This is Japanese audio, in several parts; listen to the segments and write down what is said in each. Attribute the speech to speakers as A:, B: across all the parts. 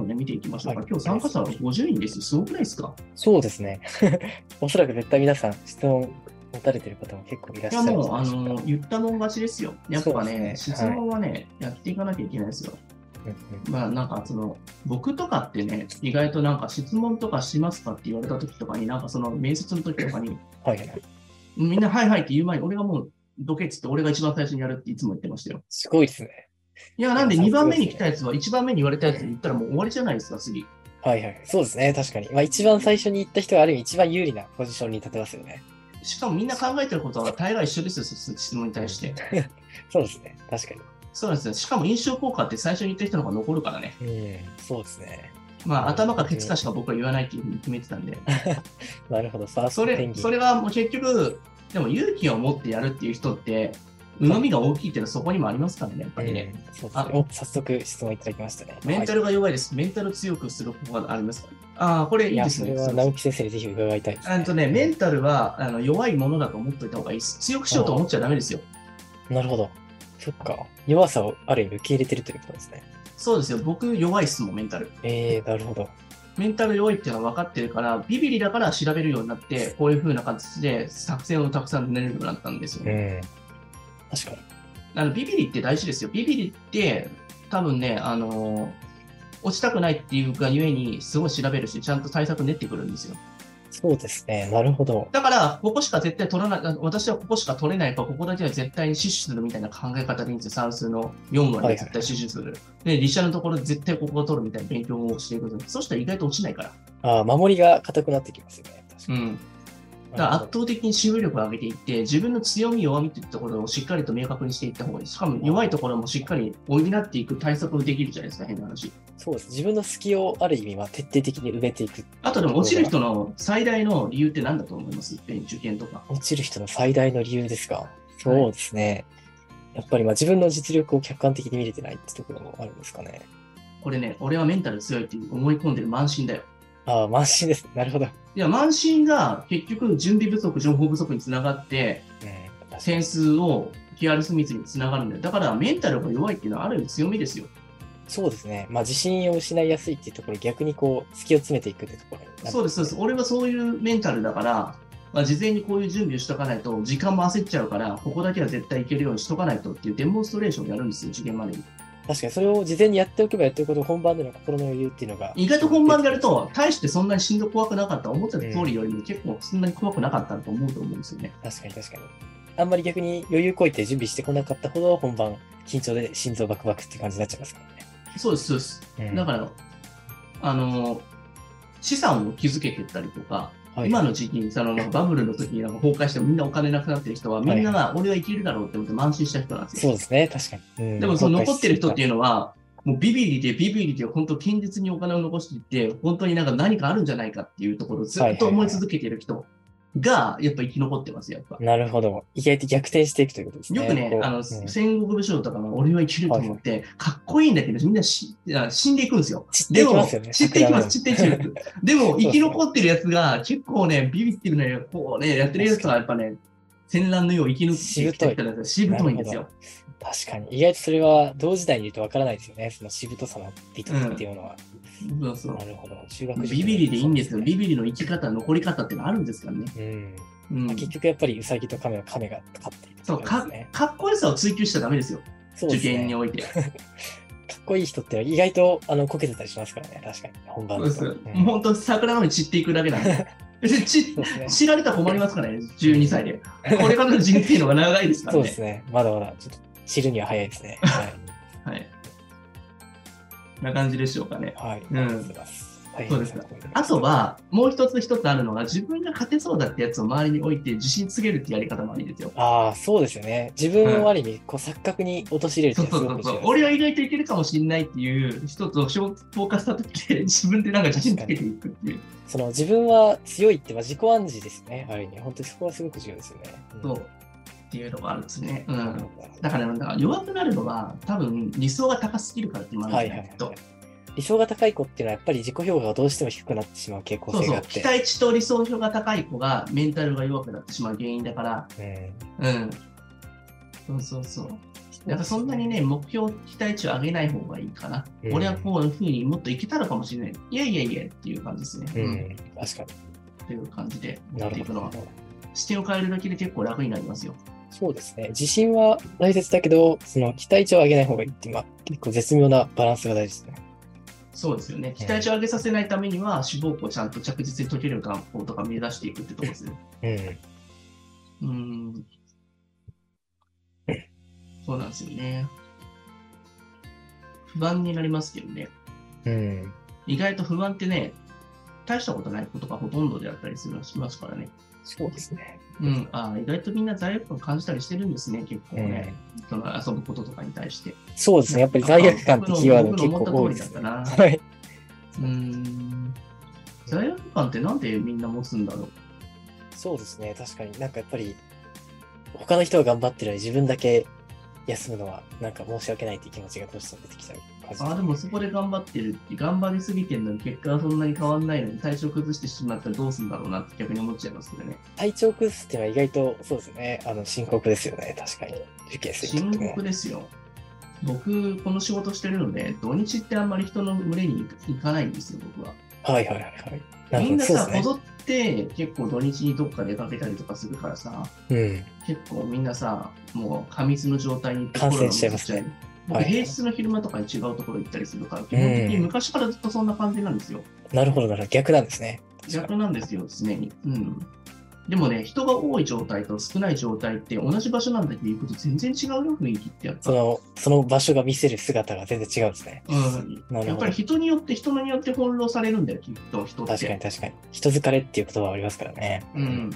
A: 見ていきましょうか。
B: はい
A: 今日参加者は50人です。すごくないですか
B: そうですね。 おそらく絶対皆さん質問持たれてる方も結構いらっ
A: い
B: し
A: や、
B: ゃるん
A: も
B: じ
A: う、
B: ゃ
A: あ
B: ないでしょうか
A: の、言ったもん勝ちですよ。やっぱね、
B: そうです
A: 質
B: ね
A: 問はね、やっていかなきゃいけないですよ。
B: うんうん
A: まあ、なんか、その、僕とかってね、意外となんか質問とかしますかって言われた時とかに、なんかその面接の時とかに、
B: はいはい。
A: みんなはいはいって言う前に、俺がもう、どけっつって俺が一番最初にやるっていつも言ってましたよ。
B: すごいですね。
A: いや、なんで
B: いや
A: 2番目
B: さすがですね
A: に来たやつは、1番目に言われたやつに言ったらもう終わりじゃないですか、次。
B: はいはい。そうですね。確かに。まあ一番最初に行った人がある意味一番有利なポジションに立てますよね。
A: しかもみんな考えてることは大概一緒ですよ、そ質問に対して。
B: そうですね。確か
A: そうなんですよ。しかも印象効果って最初に言った人の方が残るからね。
B: に。うん。そうですね。
A: まあ、頭かケツかしか僕は言わないっていうふうに決めてた んで。
B: なるほど。ファース
A: そ
B: トペン
A: れ、
B: ギン
A: それはもう結局、でも勇気を持ってやるっていう人って、うまみが大きいっていうのはそこにもありますからね、やっぱりね。
B: うんそうです
A: あ
B: ね。お、早速質問いただきましたね。
A: メンタ
B: ル
A: ルが弱いです。メンタル強くする方法がありますから。ああ、これい
B: い
A: い
B: や、
A: です
B: そ
A: ね
B: れ。は直木先生にぜひ伺いたいです、
A: あんとね、メンタルはあの弱いものだと思っておいた方がいいです。強くしようと思っちゃダメですよ。
B: なるほど。そっか。弱さをある意味受け入れてるということですね。
A: そうですよ。僕弱いっすもん、メンタル。
B: えー、なるほど。
A: メンタル弱いっていうのは分かってるから、ビビリだから調べるようになって、こういう風な形で作戦をたくさん練れるようになったんですよ。
B: うん。確かに。
A: あのビビリって大事ですよ。ビビリって、多分ね、あのー落ちたくないっていうがゆえに、すごい調べるし、ちゃんと対策練ってくるんですよ。
B: そうですね。なるほど。
A: だから、ここしか絶対取らない、あの私はここしか取れないから、ここだけは絶対に死守するみたいな考え方でいいんですよ。算数の4割で絶対死守する。で、理社のところで絶対ここを取るみたいな勉強をしていくんですそうしたら意外と落ちないから。
B: ああ、守りが硬くなってきますよね。確か
A: う
B: に。
A: ん。だから圧
B: と。
A: 倒的に集中力を上げていって、自分の強み、弱みというところをしっかりと明確にしていった方がいい。しかも弱いところもしっかり補っていく対策もできるじゃないですか、変な話。
B: そうです。自分の隙をある意味は徹底的に埋めていく。
A: あとでも落ちる人の最大の理由って何だと思います受験とか。
B: 落ちる人の最大の理由ですか。そうですね。やっぱりまあ自分の実力を客観的に見れてないってところもあるんですかね。
A: これね、俺はメンタル強いって思い込んでる慢心だよ。
B: ああ、満身です。なるほど。うん。
A: いや、慢心が結局準備不足、情報不足につながって、
B: 確かに
A: 点数をケアレスミスにつながるんだよ。だからメンタルが弱いっていうのはある意味強みですよ。
B: そうですね。まあ自信を失いやすいっていうところ、逆にこう、隙を詰めていくってところになる
A: そうです、そうです。俺はそういうメンタルだから、まあ、事前にこういう準備をしとかないと、時間も焦っちゃうから、ここだけは絶対いけるようにしとかないとっていうデモンストレーションをやるんですよ、受験までに。
B: 確かにそれを事前にやっておけばやっておくほど本番での心の余裕っていうのが。
A: 意外と本番でやる
B: 出て
A: と、大してそんなにしんどく怖くなかった、思ってた通りよりも結構そんなに怖くなかったと思うと思うんですよね。
B: くる。確かに確かに。あんまり逆に余裕こいて準備してこなかったほど本番、緊張で心臓バクバクって感じになっちゃいますから
A: そうです、そうです。
B: ね。、
A: だからら、あの、資産を築けてったりとか、
B: はい、
A: 今の時期に、そのバブルの時になんか崩壊してみんなお金なくなってる人は、みんなが俺はいけるだろうって思って慢心した人なんですよ。
B: そうですね、確かに。うん
A: でもその残ってる人っていううのは、もうビビリでビビリで本当堅実にお金を残していって、本当になんか何かあるんじゃないかっていうところをずっと思い続けてる人が、やっぱ生き残ってますよ、やっぱ。
B: なるほど。意外と逆転していくということですね。
A: よくね
B: こ、う
A: あの、
B: うん
A: 戦国武将とかの俺はいけると思って、かっこいいんだけど、みんなしいや死んでいくんですよ。
B: 散って
A: で
B: いき
A: も、
B: ますよ ね。
A: 散っていきます、散っ
B: 桜
A: ていきます。でも、生き残ってるやつが、結構ね、ビビってるのよ、こうね、やってるやつはやっぱね、戦乱のよう生き抜いてきた人なんですよしぶといんですよ。
B: の確かに。意外とそれは同時代にいるとわからないですよね。そのしぶとさの美徳っていうのは。
A: そうそう
B: なるほど。中学受験
A: ビビリでいいんですよ。
B: ね
A: ビビリの生き方、残り方ってのあるんですからね。
B: うん。
A: うん
B: まあ、結局やっぱりウサギとカメはカメが勝っているって
A: そう
B: ことで
A: か
B: すね。
A: かっこよさを追求しちゃダメですよ。
B: そう
A: 受
B: ですね
A: 験において。
B: かっこいい人って意外とあのこけてたりしますからね、確かに。本番
A: そうで
B: だと
A: す。も
B: うん
A: う本当、桜のように散っていくだけなん で。で散
B: そうですね。
A: 知られたら困りますからね、12歳で。これからの人生の方が長いですから
B: そう
A: ね。
B: ですね。まだまだちょっと知るには早いで すね。はい。
A: はい。こんな感じでしょうかね。
B: はい。
A: うん
B: ありがとうございます。大変参考になりま
A: あ
B: した
A: と、は、もう一つ一つあるのが、自分が勝てそうだってやつを周りに置いて自信つけるってやり方もありですよ。
B: ああ、そうですよね。自分をある意味、こう錯覚に陥れるって
A: そ
B: いううの
A: そ
B: は
A: うそう
B: すごく
A: そう
B: 重。要
A: 俺は意外といけるかもしれないっていう人とフォーカスした時で自分でなんか自信つけていくっていう。
B: その自分は強いって、まあ、自己暗示ですよね。ある意味、本当にそこはすごく重要ですよね。ん
A: そう。っていうのがあるんですね。う
B: なる
A: ん。
B: ほど
A: だからなんか弱くなるのは多分理想が高すぎるからってもあるん
B: は
A: だ
B: い
A: よ
B: はい
A: ね
B: は
A: き
B: い
A: っと。
B: 理想が高い子っていうのはやっぱり自己評価がどうしても低くなってしまう傾向
A: そう
B: 性
A: そ
B: があ
A: う。
B: って。
A: 期待値と理想表が高い子がメンタルが弱くなってしまう原因だから。
B: うん
A: うん。そうそうそう。期やっぱそんなにね、目標期待値を上げない方がいいかな。
B: うん
A: 俺はこういうふうにもっといけたのかもしれない。いやいやいやっていう感じですね。
B: う、ん、確か
A: っていう感じで
B: に
A: やっ
B: な
A: てい
B: る
A: く
B: ほ
A: のは
B: ど。。
A: 視点を変えるだけで結構楽になりますよ。
B: そうですね。自信は大切だけど、その期待値を上げない方がいいって、今、結構絶妙なバランスが大事ですね。
A: そうですよね。期待値を上げさせないためには、志望校をちゃんと着実に解ける学校とか目指していくってとこですね。
B: うん。
A: うん。そうなんですよね。不安になりますけどね。
B: うん。
A: 意外と不安ってね、大したことないことがほとんどであったりするしますからね。
B: そうですね。
A: うん、あー意外とみんな罪悪感感じたりしてるんですね、結構ね。
B: うん
A: その遊ぶこととかに対して。
B: そうですね。やっぱり罪悪感ってキーワード結構多いですね。
A: 僕の思った通
B: はい。
A: うん。罪悪感ってなんでみんな持つんだろう。
B: そうですね。確かになんかやっぱり、他の人が頑張ってるのに自分だけ休むのは、なんか申し訳ないっていう気持ちがどうしても出てきちゃう感じ
A: あーでもそこで頑張ってるって、頑張りすぎてるのに結果はそんなに変わんないのに体調崩してしまったらどうすんだろうなって逆に思っちゃいますけどね。
B: 体調崩すっていうのは意外と、そうですね。あの、深刻ですよね。確かに。受験生にと
A: 深
B: っても
A: 刻。ですよ。僕、この仕事してるので、土日ってあんまり人の群れに行かないんですよ、僕は。
B: はいはいはいはい。なる
A: み
B: ほ
A: ん
B: ど。
A: な
B: そう
A: さ、
B: です
A: 戻って結構土日にどっか出かけたりとかするからさ、
B: ね。
A: 結構みんなさ、もう過密の状態に
B: 感染しちゃいますね
A: コロナも移っちゃう。僕
B: はい
A: 平日の昼間とかに違うところ行ったりするから、基本的に昔からずっとそんな感じなんですよ。
B: うん。なるほど、なるほど。逆なんですね。
A: 逆なんですよ、常に。うん。でもね、人が多い状態と少ない状態って同じ場所なんだけど行くと全然違うよ、雰囲気ってやっぱ
B: そ。の、その場所が見せる姿が全然違うんですね。
A: うん、
B: なるほど
A: やっぱり人によって、人によって翻弄されるんだよ、きっと、人って。
B: 確かに確かに。人疲れっていう言葉はありますからね。
A: うん。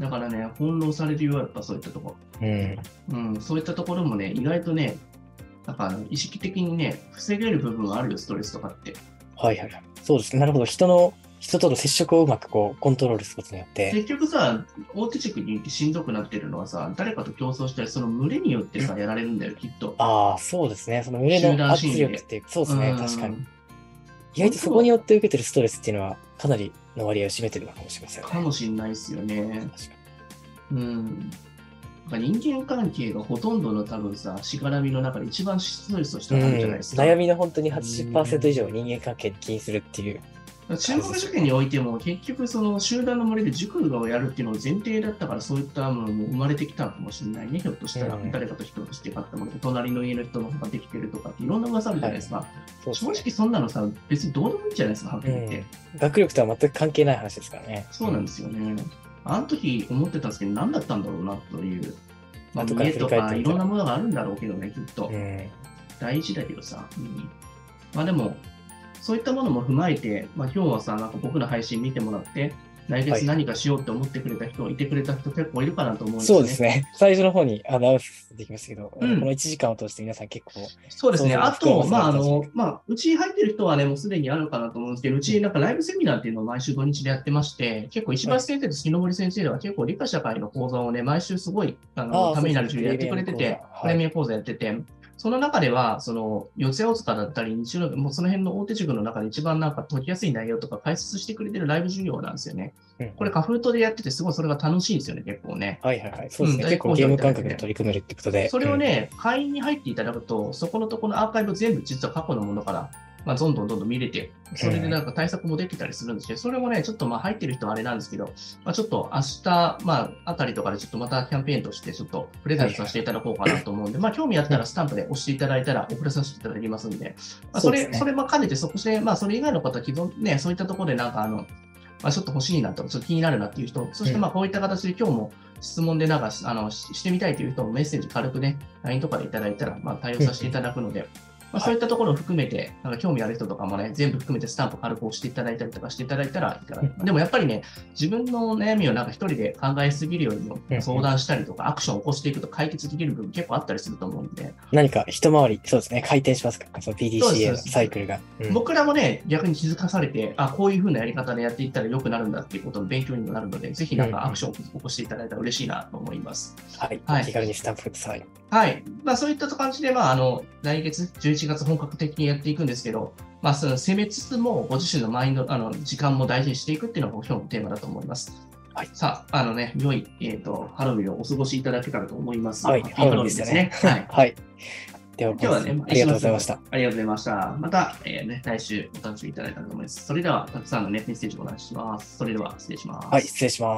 A: だからね、翻弄されるよ、やっぱそういったとこ
B: うん。
A: ろ。うん、そういったところもね、意外とね、なんかあの意識的にね、防げる部分があるよ、ストレスとかって。
B: はいはいはい。そうですね。なるほど。人の、人との接触をうまくこう、コントロールすることによって。
A: 結局さ、大手塾に行ってしんどくなってるのはさ、誰かと競争したり、その群れによってさ、やられるんだよ、きっと。
B: ああ、そうですね。その胸
A: 集
B: の
A: 団
B: 圧
A: 心理
B: 力っていう、そうですね。
A: うん
B: 確かに。意外とそこによって受けてるストレスっていうのは、かなりの割合を占めてるのかもしれませんね。
A: かもしんないですよね。
B: 確か
A: う
B: に。
A: ん。なんか人間関係がほとんどの多分さ、しがらみの中で一番ストレスとしてはあるじゃないですか。
B: 悩みの本当に80%以上を人間関係に気にするっていう。
A: 中学受験においても結局その集団の森で塾をやるっていうのを前提だったからそういったものも生まれてきたのかもしれないねひょっとしたら
B: うん
A: 誰かと人として買ったもので隣の家の人の方ができてるとかっていろんな噂あるじゃないですか、
B: そうです
A: 正
B: ね
A: 直そんなのさ別にどうでもいいじゃないですかはっきり言って、
B: うん学力とは全く関係ない話ですからね。
A: そうなん
B: で
A: ですよねあの時思ってたんですけど何だったんだろうなという、まあ、
B: 後から
A: 家
B: 振り
A: と
B: 返っ
A: か
B: て
A: い
B: みた
A: ろ
B: ら
A: んなものがあるんだろうけどねきっと、
B: うん。
A: 大事だけどさ、うん、まあでもそういったものも踏まえて、まあ、今日はさなんか僕の配信見てもらって来
B: は
A: 月
B: い
A: 何かしようって思ってくれた人、い、てくれた人結構いるかなと思うん
B: そうです
A: ね。
B: ね。最初の方にアナウンスできましたけど、
A: うん
B: この1時間を通して皆さん結構、
A: そうですね。
B: そうそう
A: あと、
B: そう
A: まあ、あ
B: そう
A: の、まあ、うち入ってる人はね、もうすでにあるかなと思うんですけど、うちなんかライブセミナーっていうのを毎週土日でやってまして、結構石橋先生と杉森先生は結構理科社会の講座をね、毎週すごい、あ
B: あ
A: の、
B: ー
A: ためになる授業
B: そう
A: や
B: そ
A: っ
B: う
A: てくれて
B: プレミ
A: て
B: アム講座、
A: プレミアム講座やってて、その中では、その、四谷大塚だったり、日曜の、もうその辺の大手塾の中で一番なんか解きやすい内容とか解説してくれてるライブ授業なんですよね。
B: うん
A: これ、カフートでやってて、すごいそれが楽しいんですよね、結構ね。
B: はいはいはい。そうですね。
A: うん
B: 結構
A: 大好評
B: ゲーム感
A: いただいて
B: 覚で取り組めるってことで。
A: それを
B: うん、
A: ね、会員に入っていただくと、そこのところのアーカイブ全部実は過去のものから、まあ、どんどんどんどん見れて、それでなんか対策もできたりするんですけど、それもね、ちょっとまあ入ってる人はあれなんですけど、まあ、ちょっと明日、まあ、あたりとかでちょっとまたキャンペーンとして、ちょっとプレゼントさせていただこうかなと思うんで、まあ、興味あったらスタンプで押していただいたら送らさせていただきますんで、まあ、そ
B: そう
A: れ、
B: で
A: そ
B: すね
A: れも兼ねて、そこで、まあ、それ以外の方、既存ね、そういったところでなんかあの、まあ、ちょっと欲しいなと、ちょっと気になるなっていう人、そしてまあこういった形で今日も質問でなんかしあのししてみたいという人もメッセージ軽くね、LINE とかでいただいたらまあ対応させていただくので、まあ、そういったところを含めて、なんか興味ある人とかもね、全部含めてスタンプ軽く押していただいたりとかしていただいたらいいかな。でもやっぱりね、自分の悩みをなんか一人で考えすぎるよりも
B: うん
A: 相談したりとか、アクションを起こしていくと解決できる部分結構あったりすると思うんで、
B: 何か一回り、そうですね。回転しますかその
A: そうです
B: PDCA のサイクルが。うん
A: 僕らもね、逆に気づかされて、あ、こういう風なやり方でやっていったら良くなるんだっていうことの勉強にもなるので、ぜひなん
B: うん
A: か
B: うん
A: アクションを起こしていただいたら嬉しいなと思います。
B: はい、
A: はい
B: 気軽にスタンプください。
A: はい。まあそういった感じで、まああの、来月11月本格的にやっていくんですけど、まあその攻めつつも、ご自身のマインド、あの、時間も大事にしていくっていうのが今日のテーマだと思います。
B: はい
A: さあ、あのね、良い、えっ、と、ハロウィンをお過ごしいただけたらと思います。
B: はい
A: ハロウィンですね。はい。
B: はい。では、
A: 今日はね
B: ありがとうございました。
A: ありがとうございました。また、えーね、来週お楽しみいただいたらと思います。それでは、たくさんのね、メッセージをお願いします。それでは、失礼します。
B: はい、失礼します。